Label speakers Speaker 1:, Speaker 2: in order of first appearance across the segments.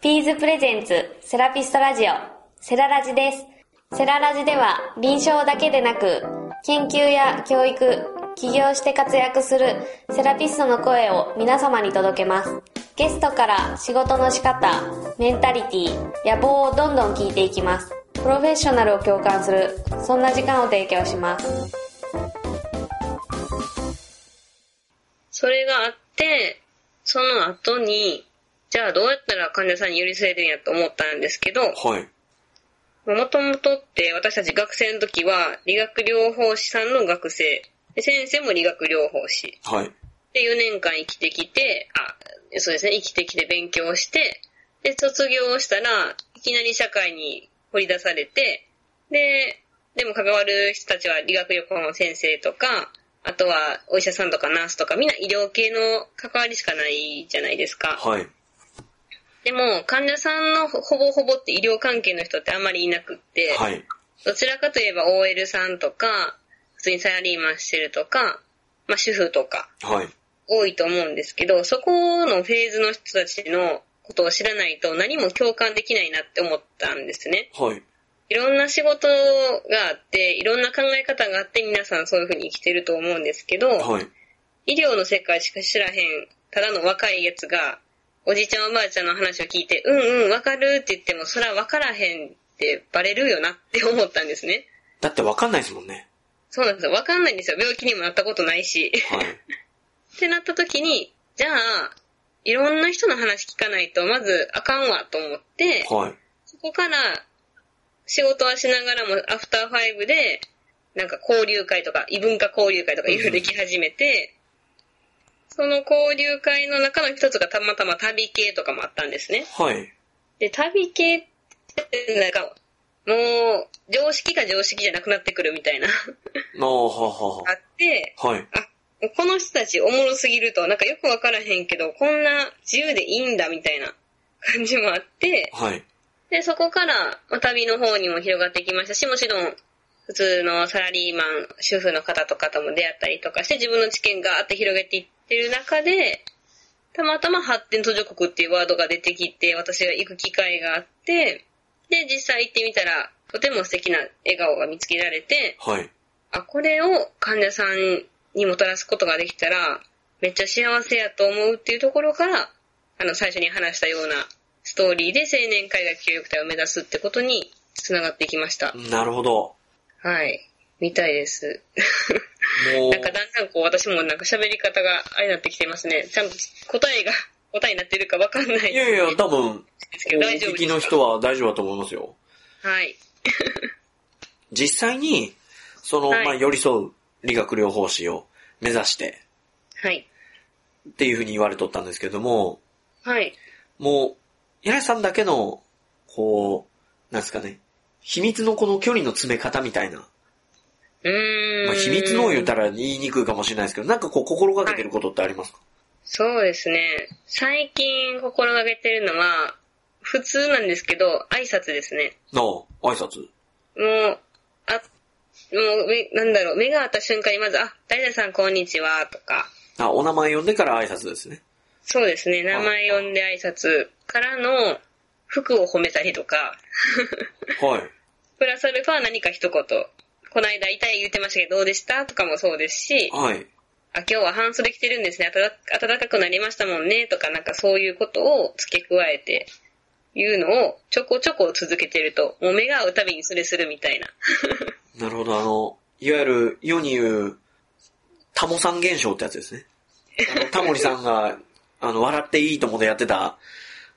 Speaker 1: ピーズプレゼンツセラピストラジオセララジです。セララジでは臨床だけでなく研究や教育、起業して活躍するセラピストの声を皆様に届けます。ゲストから仕事の仕方、メンタリティ、野望をどんどん聞いていきます。プロフェッショナルを共感する、そんな時間を提供します。
Speaker 2: それがあって、その後に、じゃあどうやったら患者さんに寄り添えるんやと思ったんですけど、
Speaker 3: はい。
Speaker 2: もともとって私たち学生の時は理学療法士さんの学生、で先生も理学療法士。
Speaker 3: はい。
Speaker 2: で、4年間生きてきて、あ、そうですね、生きてきて勉強して、で、卒業したらいきなり社会に掘り出されて、で、でも関わる人たちは理学療法の先生とか、あとはお医者さんとかナースとか、みんな医療系の関わりしかないじゃないですか。
Speaker 3: はい。
Speaker 2: でも、患者さんのほぼほぼって医療関係の人ってあんまりいなくって、
Speaker 3: はい。
Speaker 2: どちらかといえば OL さんとか、普通にサラリーマンしてるとか、まあ主婦とか、
Speaker 3: はい。
Speaker 2: 多いと思うんですけど、そこのフェーズの人たちのことを知らないと何も共感できないなって思ったんですね。
Speaker 3: はい。
Speaker 2: いろんな仕事があって、いろんな考え方があって皆さんそういう風に生きてると思うんですけど、
Speaker 3: はい。
Speaker 2: 医療の世界しか知らへん、ただの若いやつが、おじいちゃんおばあちゃんの話を聞いて、うんうん、わかるって言っても、そらわからへんってバレるよなって思ったんですね。
Speaker 3: だってわかんないですもんね。
Speaker 2: そうなんですよ。わかんないんですよ。病気にもなったことないし。
Speaker 3: はい。
Speaker 2: ってなった時に、じゃあ、いろんな人の話聞かないと、まずあかんわと思って、
Speaker 3: はい。
Speaker 2: そこから、仕事はしながらも、アフターファイブで、なんか交流会とか、異文化交流会とかいろいろでき始めて、その交流会の中の一つがたまたま旅系とかもあったんですね。
Speaker 3: はい。
Speaker 2: で、旅系って、なんか、もう、常識が常識じゃなくなってくるみたいな、
Speaker 3: ああ、ははは
Speaker 2: あって、
Speaker 3: はい。
Speaker 2: あ、この人たちおもろすぎると、なんかよくわからへんけど、こんな自由でいいんだみたいな感じもあって、
Speaker 3: はい。
Speaker 2: で、そこから、まあ旅の方にも広がってきましたし、もちろん、普通のサラリーマン、主婦の方とかとも出会ったりとかして、自分の知見があって広げていってる中で、たまたま発展途上国っていうワードが出てきて、私が行く機会があって、で、実際行ってみたら、とても素敵な笑顔が見つけられて、
Speaker 3: はい。
Speaker 2: あ、これを患者さんにもたらすことができたら、めっちゃ幸せやと思うっていうところから、あの、最初に話したようなストーリーで青年海外協力隊を目指すってことに繋がっていきました。
Speaker 3: なるほど。
Speaker 2: はい。みたいです。
Speaker 3: もう
Speaker 2: なん、かだんだんこう私もなんか喋り方があれになってきてますね。ちゃんと答えが、答えになってるかわかんない
Speaker 3: い
Speaker 2: で
Speaker 3: やいや、多分、
Speaker 2: すけ
Speaker 3: お
Speaker 2: ど、大丈夫
Speaker 3: 聞
Speaker 2: で
Speaker 3: き
Speaker 2: す
Speaker 3: の人は大丈夫だと思いますよ。
Speaker 2: はい。
Speaker 3: 実際に、その、
Speaker 2: はい
Speaker 3: まあ、寄り添う理学療法士を目指して
Speaker 2: はい。
Speaker 3: っていうふうに言われとったんですけども、
Speaker 2: はい。
Speaker 3: もう、柳井さんだけの、こう、なんですかね、秘密のこの距離の詰め方みたいな、
Speaker 2: うーん。
Speaker 3: まあ、秘密のを言ったら言いにくいかもしれないですけど、なんかこう心がけてることってありますか、
Speaker 2: そうですね。最近心がけてるのは、普通なんですけど、挨拶ですね。
Speaker 3: の挨拶。
Speaker 2: もう、あ、もう、めなんだろう、目が合った瞬間にまず、あ、誰々さんこんにちは、とか、
Speaker 3: あ、お名前呼んでから挨拶ですね。
Speaker 2: そうですね、名前呼んで挨拶からの、服を褒めたりとか、
Speaker 3: はい。
Speaker 2: プラスアルファ何か一言、こないだ痛い言ってましたけどどうでしたとかもそうですし、
Speaker 3: はい。
Speaker 2: あ、今日は半袖着てるんですね。暖か暖かくなりましたもんね。とか、なんかそういうことを付け加えて、いうのをちょこちょこ続けてると、もう目が合うたびにそれするみたいな。
Speaker 3: なるほど、あの、いわゆる世に言う、タモさん現象ってやつ ですね。あのタモリさんが、あの、笑っていいともでやってた、、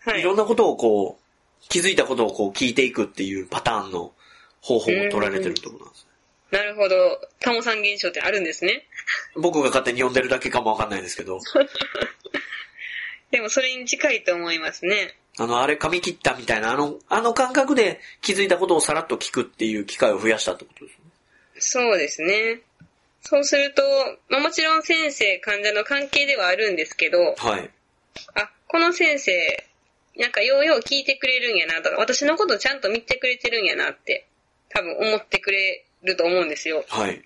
Speaker 2: はいい。
Speaker 3: ろんなことをこう、気づいたことをこう聞いていくっていうパターンの方法を取られてるってことなんですね。
Speaker 2: なるほど。タモさん現象ってあるんですね。
Speaker 3: 僕が勝手に呼んでるだけかもわかんないですけど、
Speaker 2: でもそれに近いと思いますね。
Speaker 3: あの、あれ髪切ったみたいな、あの、あの感覚で気づいたことをさらっと聞くっていう機会を増やしたってことですね。
Speaker 2: そうですね。そうすると、まあ、もちろん先生、患者の関係ではあるんですけど、
Speaker 3: はい。
Speaker 2: あ、この先生、なんかようよう聞いてくれるんやなとか、私のことちゃんと見てくれてるんやなって、多分思ってくれると思うんですよ。
Speaker 3: はい。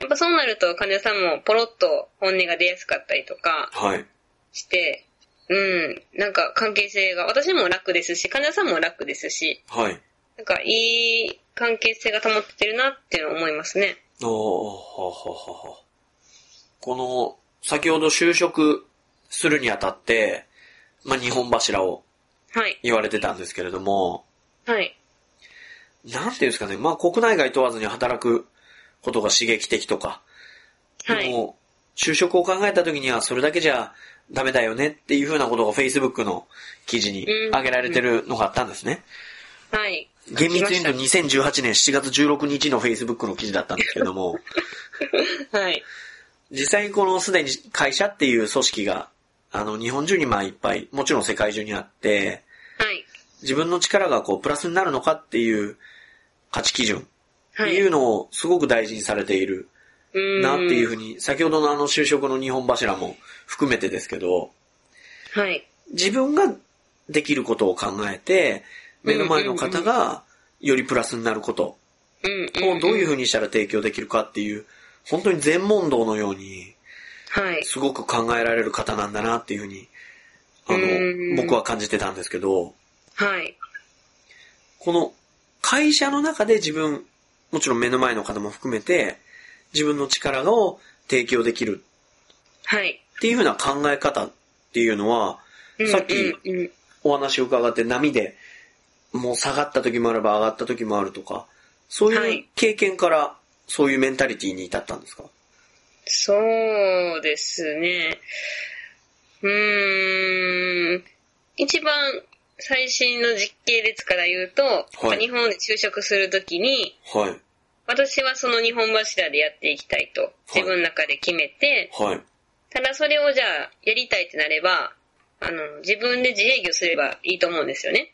Speaker 2: やっぱそうなると患者さんもポロッと本音が出やすかったりとか
Speaker 3: はい。
Speaker 2: して、うん。なんか関係性が、私も楽ですし、患者さんも楽ですし、
Speaker 3: はい。
Speaker 2: なんかいい関係性が保ってるなっていうのは思いますね。
Speaker 3: おーははははこの、先ほど就職するにあたって、まあ、日本柱を
Speaker 2: はい。
Speaker 3: 言われてたんですけれども、
Speaker 2: はい。
Speaker 3: なんていうんですかね、まあ、国内外問わずに働くことが刺激的とか、
Speaker 2: はい。
Speaker 3: もう、就職を考えた時にはそれだけじゃダメだよねっていうふうなことが Facebook の記事に
Speaker 2: うん
Speaker 3: 挙げられてるのがあったんですね。
Speaker 2: はい。
Speaker 3: 厳密に言
Speaker 2: 来
Speaker 3: うと2018年7月16日の Facebook の記事だったんですけ ども、
Speaker 2: ましたはい。
Speaker 3: 実際にこのすでに会社っていう組織が、あの、日本中にまあいっぱい、もちろん世界中にあって、
Speaker 2: はい。
Speaker 3: 自分の力がこう、プラスになるのかっていう価値基準って
Speaker 2: はい。
Speaker 3: いうのをすごく大事にされているなっていうふ
Speaker 2: う
Speaker 3: うに、先ほどのあの就職の日本柱も含めてですけど、
Speaker 2: ーん。はい。
Speaker 3: 自分ができることを考えて、目の前の方がよりプラスになること
Speaker 2: うん、うん。
Speaker 3: をどういう
Speaker 2: う
Speaker 3: ふうにしたら提供できるかっていう、本当に全問答のように、
Speaker 2: ん。はい。
Speaker 3: すごく考えられる方なんだなっていうふうに、あ
Speaker 2: うん
Speaker 3: の、僕は感じてたんですけど、
Speaker 2: はい。
Speaker 3: この会社の中で自分、もちろん目の前の方も含めて、自分の力を提供できる
Speaker 2: はい。
Speaker 3: っていうふうな考え方っていうの
Speaker 2: う
Speaker 3: は、
Speaker 2: ん
Speaker 3: さっき
Speaker 2: うんうん
Speaker 3: お話を伺って波でもう下がった時もあれば上がった時もあるとか、そう
Speaker 2: は
Speaker 3: いう
Speaker 2: い
Speaker 3: 経験からそういうメンタリティに至ったんですか
Speaker 2: そうですね。うーん。一番最新の実系列から言うと、
Speaker 3: はい
Speaker 2: 日本で就職するときに、
Speaker 3: はい、
Speaker 2: 私はその日本柱でやっていきたいと、自分の中で決めて、
Speaker 3: はい、
Speaker 2: ただそれをじゃあやりたいってなれば、あの、自分で自営業すればいいと思うんですよね。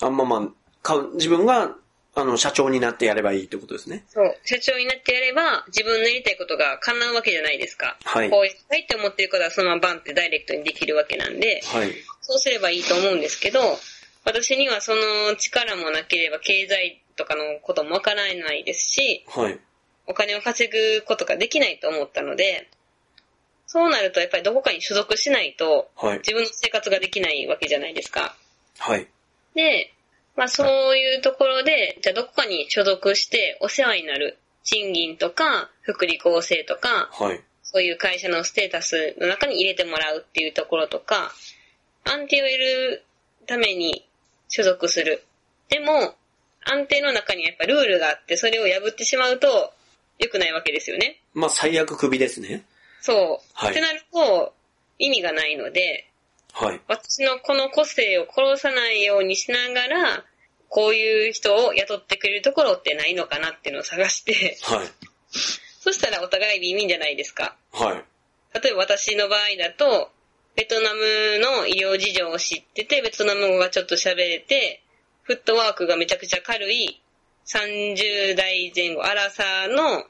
Speaker 3: あんままあか、自分があの社長になってやればいいってことですね。
Speaker 2: そう。社長になってやれば、自分のやりたいことが叶うわけじゃないですか。
Speaker 3: はい
Speaker 2: こうしたいって思ってることはそのままバンってダイレクトにできるわけなんで、
Speaker 3: はい、
Speaker 2: そうすればいいと思うんですけど、私にはその力もなければ経済とかのこともわからないですし、
Speaker 3: はい、
Speaker 2: お金を稼ぐことができないと思ったので、そうなるとやっぱりどこかに所属しないと
Speaker 3: はい、
Speaker 2: 自分の生活ができないわけじゃないですか。
Speaker 3: はい、
Speaker 2: で、まあそういうところで、じゃあどこかに所属してお世話になる賃金とか福利厚生とか
Speaker 3: はい、
Speaker 2: そういう会社のステータスの中に入れてもらうっていうところとか、安定を得るために所属する。でも、安定の中にはやっぱルールがあって、それを破ってしまうと良くないわけですよね。
Speaker 3: まあ最悪クビですね。
Speaker 2: そう。
Speaker 3: はい
Speaker 2: ってなると、意味がないので、
Speaker 3: はい、
Speaker 2: 私のこの個性を殺さないようにしながら、こういう人を雇ってくれるところってないのかなっていうのを探して、
Speaker 3: はい、
Speaker 2: そしたらお互い耳じゃないですか。
Speaker 3: はい、
Speaker 2: 例えば私の場合だと、ベトナムの医療事情を知ってて、ベトナム語がちょっと喋れて、フットワークがめちゃくちゃ軽い、30代前後、アラサーの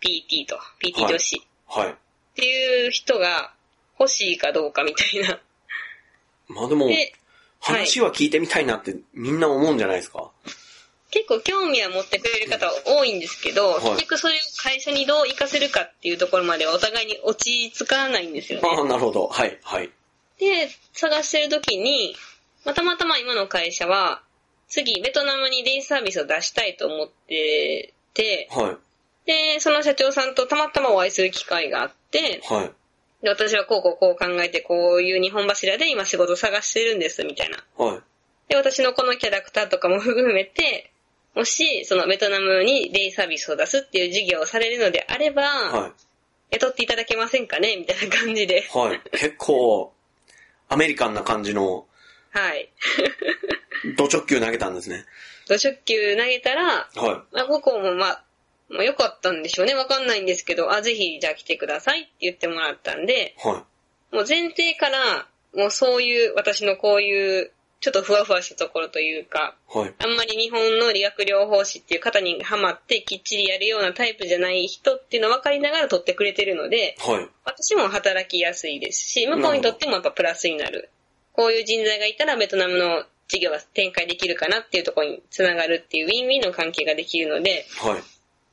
Speaker 2: PT と、PT 女子っ
Speaker 3: はい。
Speaker 2: ていう人が欲しいかどうかみたいな。
Speaker 3: まあでも、
Speaker 2: で、
Speaker 3: 話は聞いてみたいなってみんな思うんじゃないですか
Speaker 2: 結構興味は持ってくれる方多いんですけど、
Speaker 3: はい
Speaker 2: 結局それを会社にどう活かせるかっていうところまではお互いに落ち着かないんですよね。
Speaker 3: ああ、なるほど。はい、はい、
Speaker 2: で、探してる時に、まあたまたま今の会社は、次、ベトナムにデイサービスを出したいと思ってて、
Speaker 3: はい、
Speaker 2: で、その社長さんとたまたまお会いする機会があって、
Speaker 3: はい、
Speaker 2: で、私はこうこうこう考えて、こういう日本柱で今仕事探してるんです、みたいな。
Speaker 3: はい、
Speaker 2: で、私のこのキャラクターとかも含めて、もし、そのベトナムにデイサービスを出すっていう事業をされるのであれば、
Speaker 3: はい。
Speaker 2: 雇っていただけませんかねみたいな感じで。
Speaker 3: はい。結構、アメリカンな感じの、
Speaker 2: はい。
Speaker 3: ド直球投げたんですね。
Speaker 2: 土食球投げたら、
Speaker 3: は
Speaker 2: まあ、ここもまあ、まあ、良かったんでしょうね。わかんないんですけど、あ、ぜひ、じゃあ来てくださいって言ってもらったんで、
Speaker 3: い。は
Speaker 2: もう前提から、もうそういう、私のこういう、ちょっとふわふわしたところというか、
Speaker 3: い。はい。
Speaker 2: あんまり日本の理学療法士っていう方にハマってきっちりやるようなタイプじゃない人っていうのを分かりながら取ってくれてるので、
Speaker 3: はい。
Speaker 2: 私も働きやすいですし、向こうにとってもやっぱプラスになる。こういう人材がいたらベトナムの事業が展開できるかなっていうところにつながるっていうウィンウィンの関係ができるので、
Speaker 3: はい。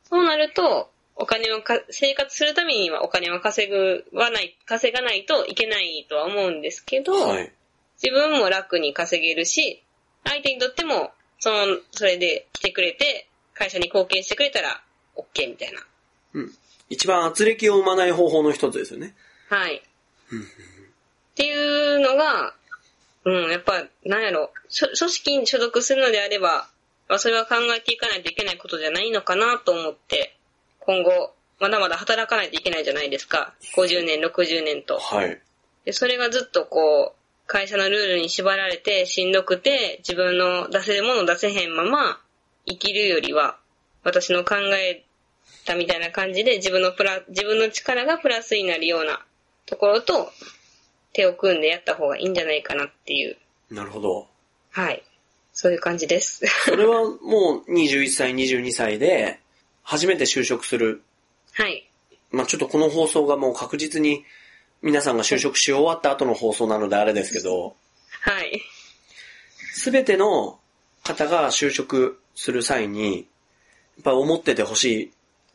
Speaker 2: そうなると、お金をか、生活するためにはお金を稼ぐはない、稼がないといけないとは思うんですけど、
Speaker 3: はい。
Speaker 2: 自分も楽に稼げるし、相手にとっても、その、それで来てくれて、会社に貢献してくれたら、OK みたいな。
Speaker 3: うん。一番圧力を生まない方法の一つですよね。
Speaker 2: はい。っていうのが、うん、やっぱ、なんやろ、しょ組織に所属するのであれば、まあそれは考えていかないといけないことじゃないのかなと思って、今後、まだまだ働かないといけないじゃないですか。50年、60年と。
Speaker 3: はい。
Speaker 2: で、それがずっとこう、会社のルールに縛られてしんどくて、自分の出せるもの出せへんまま、生きるよりは、私の考えたみたいな感じで、自分のプラ、自分の力がプラスになるようなところと、手を組んでやった方がいいんじゃないかなっていう、
Speaker 3: なるほど。
Speaker 2: はい。そういう感じです。
Speaker 3: それはもう21歳、22歳で、初めて就職する。
Speaker 2: はい。
Speaker 3: まあちょっとこの放送がもう確実に皆さんが就職し終わった後の放送なのであれですけど、
Speaker 2: はい。
Speaker 3: すべての方が就職する際に、やっぱ思っててほしい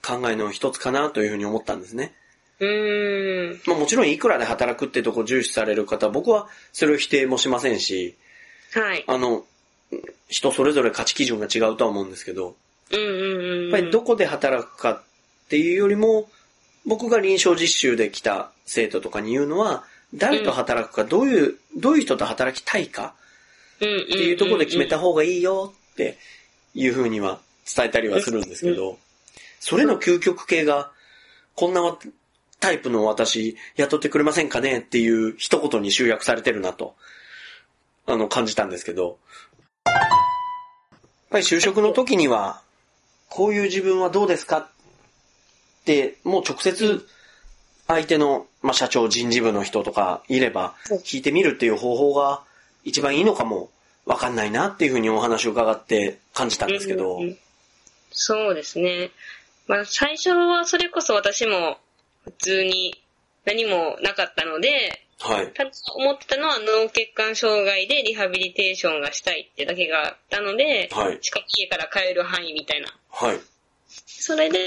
Speaker 3: 考えの一つかなというふうに思ったんですね。
Speaker 2: うーん。
Speaker 3: まあもちろんいくらで働くってとこ重視される方、僕はそれを否定もしませんし、
Speaker 2: はい。
Speaker 3: あの、人それぞれ価値基準が違うとは思うんですけど、
Speaker 2: うんうんうんうん。
Speaker 3: やっぱりどこで働くかっていうよりも、僕が臨床実習で来た生徒とかに言うのは、誰と働くか、どういう、どういう人と働きたいか
Speaker 2: っ
Speaker 3: っていうところで決めた方がいいよっていうふうには伝えたりはするんですけど、それの究極系が、こんなタイプの私雇ってくれませんかねっていう一言に集約されてるなと、あの、感じたんですけど、やっぱり就職の時には、こういう自分はどうですかって、もう直接相手の、まあ、社長人事部の人とかいれば
Speaker 2: そう
Speaker 3: 聞いてみるっていう方法が一番いいのかもわかんないなっていうふうにお話を伺って感じたんですけど
Speaker 2: うんう、んそうですね。まあ、最初はそれこそ私も普通に何もなかったので、
Speaker 3: はい。
Speaker 2: ただ思ってたのは脳血管障害でリハビリテーションがしたいってだけがあったので、
Speaker 3: はい
Speaker 2: しかも家から帰る範囲みたいな。
Speaker 3: はい。
Speaker 2: それで、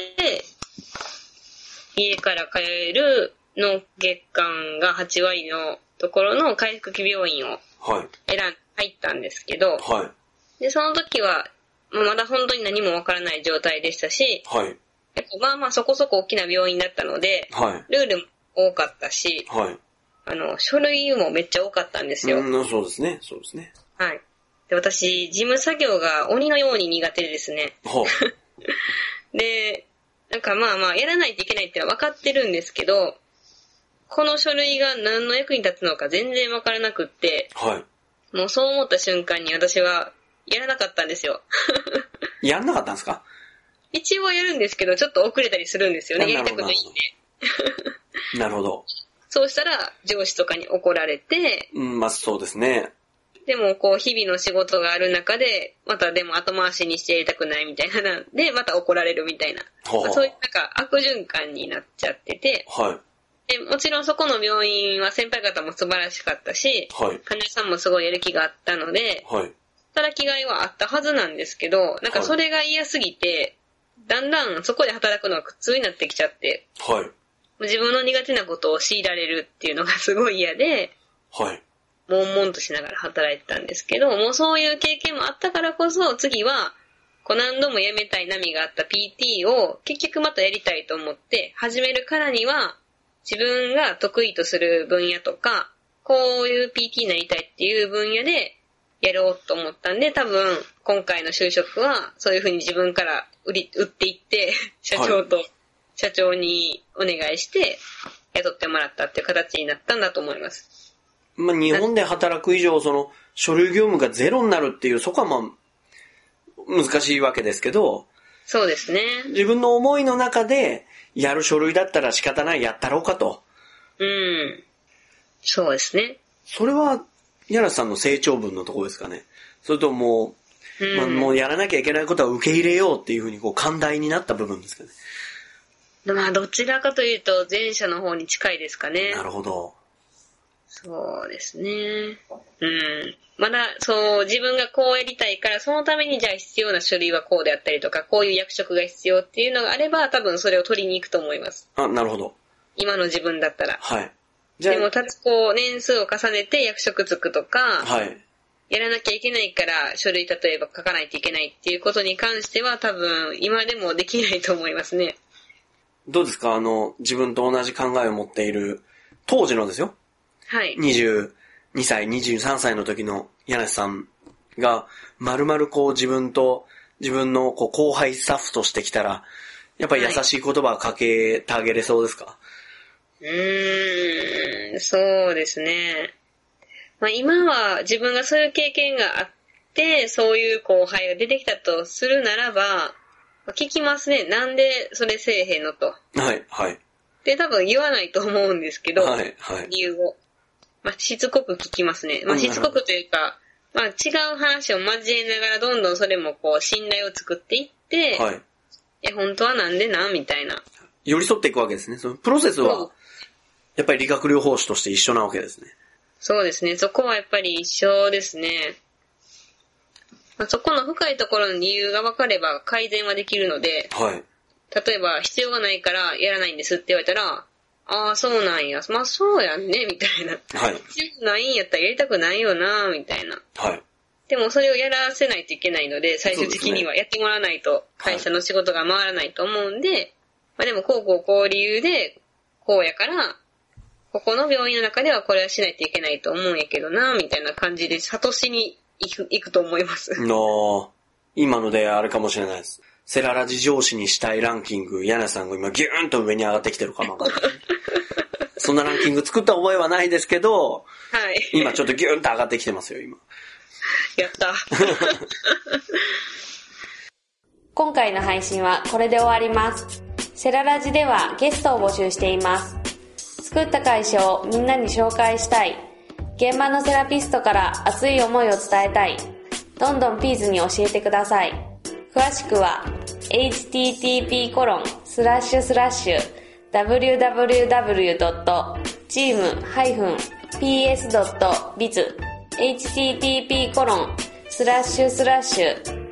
Speaker 2: 家から帰る脳血管が8割のところの回復期病院を
Speaker 3: はい。
Speaker 2: 選ん、入ったんですけど、
Speaker 3: はい。
Speaker 2: で、その時は、まあまだ本当に何もわからない状態でしたし、
Speaker 3: はい。
Speaker 2: やっぱまあまあそこそこ大きな病院だったので、
Speaker 3: はい。
Speaker 2: ルールも多かったし、
Speaker 3: はい。
Speaker 2: あの、書類もめっちゃ多かったんですよ。
Speaker 3: うん、そうですね。そうですね。
Speaker 2: はい。で、私、事務作業が鬼のように苦手でですね。
Speaker 3: は
Speaker 2: で、なんかまあまあ、やらないといけないってのは分かってるんですけど、この書類が何の役に立つのか全然分からなくって、
Speaker 3: あ、は
Speaker 2: もうそう思った瞬間に私はやらなかったんですよ。
Speaker 3: い。やんなかったんですか
Speaker 2: 一応やるんですけど、ちょっと遅れたりするんですよね。やりたくないんで。
Speaker 3: なるほど。
Speaker 2: そうしたら、上司とかに怒られて、
Speaker 3: うん、まあそうですね。
Speaker 2: でもこう、日々の仕事がある中で、またでも後回しにしてやりたくないみたいななんで、また怒られるみたいな。
Speaker 3: ほうほう
Speaker 2: まあそういうなんか悪循環になっちゃってて、
Speaker 3: はい。
Speaker 2: でもちろんそこの病院は先輩方も素晴らしかったし、
Speaker 3: はい。
Speaker 2: 患者さんもすごいやる気があったので、
Speaker 3: はい。
Speaker 2: 働きがいはあったはずなんですけど、なんかそれが嫌すぎて、だんだんそこで働くのが苦痛になってきちゃって、
Speaker 3: はい。
Speaker 2: 自分の苦手なことを強いられるっていうのがすごい嫌で、
Speaker 3: はい。
Speaker 2: 悶々としながら働いてたんですけど、もうそういう経験もあったからこそ、次は、こう何度も辞めたい波があった PT を結局またやりたいと思って、始めるからには、自分が得意とする分野とか、こういう PT になりたいっていう分野でやろうと思ったんで、多分今回の就職はそういう風に自分から売り、売っていって、 社長と、社長にお願いして雇ってもらったっていう形になったんだと思います。
Speaker 3: まあ日本で働く以上、その、書類業務がゼロになるっていう、そこはまあ、難しいわけですけど、
Speaker 2: そうですね。
Speaker 3: 自分の思いの中で、やる書類だったら仕方ない、やったろうかと。
Speaker 2: うん。そうですね。
Speaker 3: それは、柳瀬さんの成長文のところですかね。それとも
Speaker 2: う
Speaker 3: う、
Speaker 2: ん。
Speaker 3: まあ、もうやらなきゃいけないことは受け入れようっていうふうに、こう、寛大になった部分ですかね。
Speaker 2: まあ、どちらかというと、前者の方に近いですかね。
Speaker 3: なるほど。
Speaker 2: そうですね。うん。まだ、そう、自分がこうやりたいから、そのためにじゃあ必要な書類はこうであったりとか、こういう役職が必要っていうのがあれば、多分それを取りに行くと思います。
Speaker 3: あ、なるほど。
Speaker 2: 今の自分だったら。
Speaker 3: はい。じゃ
Speaker 2: でも、たつこう年数を重ねて役職つくとか、
Speaker 3: あ、はい。
Speaker 2: やらなきゃいけないから書類例えば書かないといけないっていうことに関しては多分今でもできないと思いますね。
Speaker 3: どうですかあの、自分と同じ考えを持っている、当時のですよ。
Speaker 2: はい。
Speaker 3: 22歳、23歳の時の柳瀬さんが、まるまるこう自分と、自分のこう後輩スタッフとしてきたら、やっぱり優しい言葉をかけてあげれそうですか、
Speaker 2: うーん、そうですね。まあ今は自分がそういう経験があって、そういう後輩が出てきたとするならば、まあ聞きますね。なんでそれせえへんのと。
Speaker 3: はい、はい、
Speaker 2: で、多分言わないと思うんですけど、
Speaker 3: はい、はい。
Speaker 2: 理由を。まあ、しつこく聞きますね。まあ、しつこくというか、まあ、違う話を交えながらどんどんそれもこう、信頼を作っていって、
Speaker 3: はい。
Speaker 2: え、本当はなんでなみたいな。
Speaker 3: 寄り添っていくわけですね。そのプロセス
Speaker 2: そう
Speaker 3: は、やっぱり理学療法士として一緒なわけですね。
Speaker 2: そうですね。そこはやっぱり一緒ですね。まあ、そこの深いところの理由が分かれば改善はできるので、
Speaker 3: はい。
Speaker 2: 例えば必要がないからやらないんですって言われたら、ああ、そうなんや。まあ、そうやんね、みたいな。
Speaker 3: はい。
Speaker 2: 必要ないんやったらやりたくないよな、みたいな。
Speaker 3: はい。
Speaker 2: でもそれをやらせないといけないので、最終的にはやってもらわないと、
Speaker 3: はい
Speaker 2: 会社の仕事が回らないと思うんで、まあでもこうこうこう理由で、こうやから、ここの病院の中ではこれはしないといけないと思うんやけどな、みたいな感じで、悟しに行く行くと思います。
Speaker 3: の、今のであれかもしれないです。セララジ上司にしたいランキング、柳さんが今ギューンと上に上がってきてるかもわかんない。そんなランキング作った覚えはないですけ
Speaker 2: は
Speaker 3: ど、
Speaker 2: い。
Speaker 3: 今ちょっとギューンと上がってきてますよ、今。
Speaker 2: やった。
Speaker 1: 今回の配信はこれで終わります。セララジではゲストを募集しています。作った会社をみんなに紹介したい。現場のセラピストから熱い思いを伝えたい。どんどんピーズに教えてください。詳しくは http://www.team-ps.biz http コロンスラッシュスラッシュ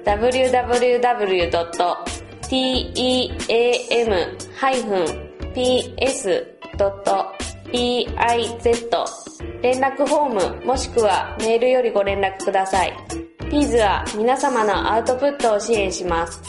Speaker 1: www.team-ps.biz 連絡フォームもしくはメールよりご連絡ください。ピーズは皆様のアウトプットを支援します。